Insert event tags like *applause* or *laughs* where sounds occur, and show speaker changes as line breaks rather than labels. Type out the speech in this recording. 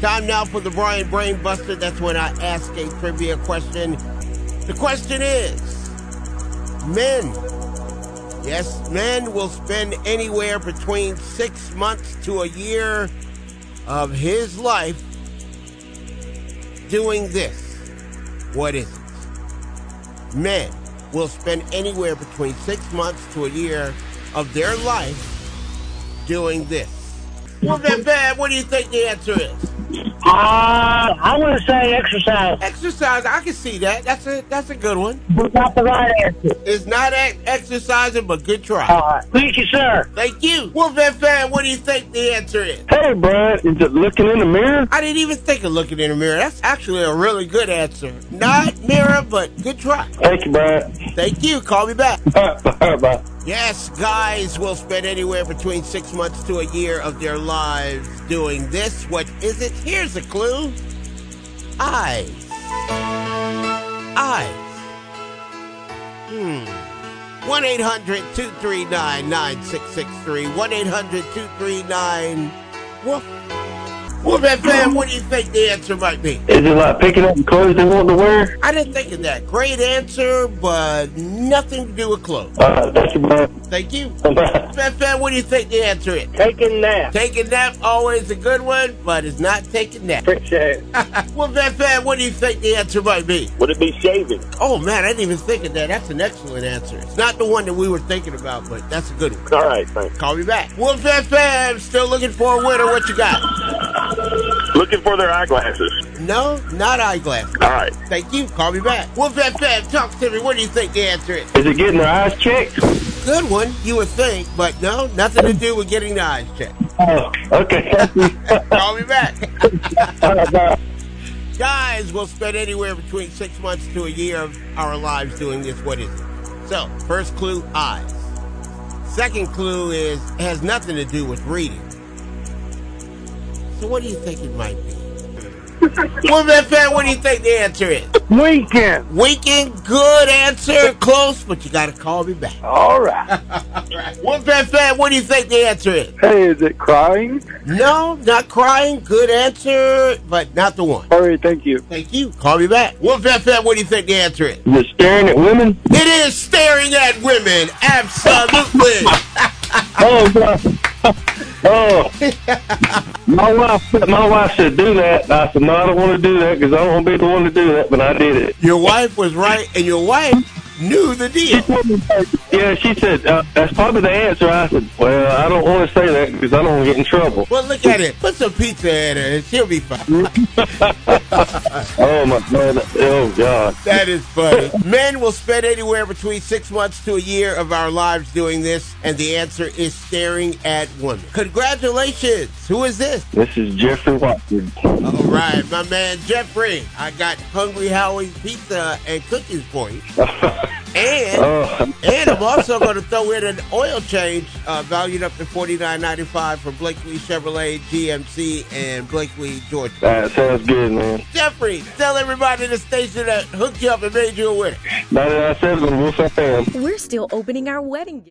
Time now for the Brian Brainbuster. That's when I ask a trivia question. The question is men, yes, men will spend anywhere between six months to a year of his life doing this. What is it? Men will spend anywhere between six months to a year of their life doing this. Well, then, bad. What do you think the answer is?
Uh, I want to say exercise,
Exercise. I can see that. That's a that's a good one.
but not the right answer.
It's not ex- exercising, but good try.
All right. Thank you, sir.
Thank you. Wolf and Fan, what do you think the answer is?
Hey, bud, is it looking in the mirror?
I didn't even think of looking in the mirror. That's actually a really good answer. Not mirror, but good try.
Thank you, bud.
Thank you. Call me back.
*laughs* All right, bye, bye.
Yes, guys will spend anywhere between six months to a year of their lives doing this. What is it? Here's a clue eyes. Eyes. Hmm. 1 800 239 9663. 1 800 239 Wolf. Wolf FM, what do you think the answer might be?
Is it like picking up the clothes they want to wear?
I didn't think of that. Great answer, but nothing to do with clothes.
All right, thank you, *laughs* bud.
Thank you.
Bye.
Fan Fan, what do you think the answer is?
Taking that.
Taking nap always a good one, but it's not taking nap.
Appreciate it.
*laughs* well, Fan Fan, what do you think the answer might be?
Would it be shaving?
Oh man, I didn't even think of that. That's an excellent answer. It's not the one that we were thinking about, but that's a good one.
All right, thanks.
Call me back. Wolf FM, still looking for a winner. What you got?
Looking for their eyeglasses.
No, not eyeglass.
All right.
Thank you. Call me back. Wolf FM, talk to me. What do you think the answer is?
Is it getting their eyes checked?
Good one, you would think, but no, nothing to do with getting the eyes checked.
Oh, okay. *laughs* Thank you.
Call me back. *laughs*
All right, bye.
guys will spend anywhere between six months to a year of our lives doing this. What is it? So, first clue, eyes. Second clue is has nothing to do with reading. So, what do you think it might be? Woman fan, what do you think the answer is?
Weekend.
Weekend, good answer, close, but you gotta call me back.
All right.
Woman fan, what do you think the answer is?
Hey, is it crying?
No, not crying, good answer, but not the one.
All right, thank you.
Thank you. Call me back. Wolf FM, what do you think the answer is?
Is it staring at women?
It is staring at women. Absolutely.
Oh, God. *laughs* Oh, my wife, my wife said do that. And I said no, I don't want to do that because I don't want to be the one to do that. But I did it.
your wife was right, and your wife knew the deal.
Yeah, she said uh, that's probably the answer. I said, well, I don't want to say that because I don't want to get in trouble.
Well, look at it. Put some pizza in her, and she'll be fine.
Oh my God! Oh God!
That is funny. Men will spend anywhere between six months to a year of our lives doing this, and the answer is staring at women. Congratulations. Who is this?
This is Jeffrey Watkins.
All right, my man Jeffrey. I got Hungry Howie's pizza and cookies for you. And.
Oh,
And I'm also going to throw in an oil change uh, valued up to forty nine ninety five for Blakely Chevrolet GMC and Blakely Georgia.
that sounds good, man.
Jeffrey, tell everybody in the station that hooked you up and made you a winner.
Now that I said it, we'll say fam.
We're still opening our wedding.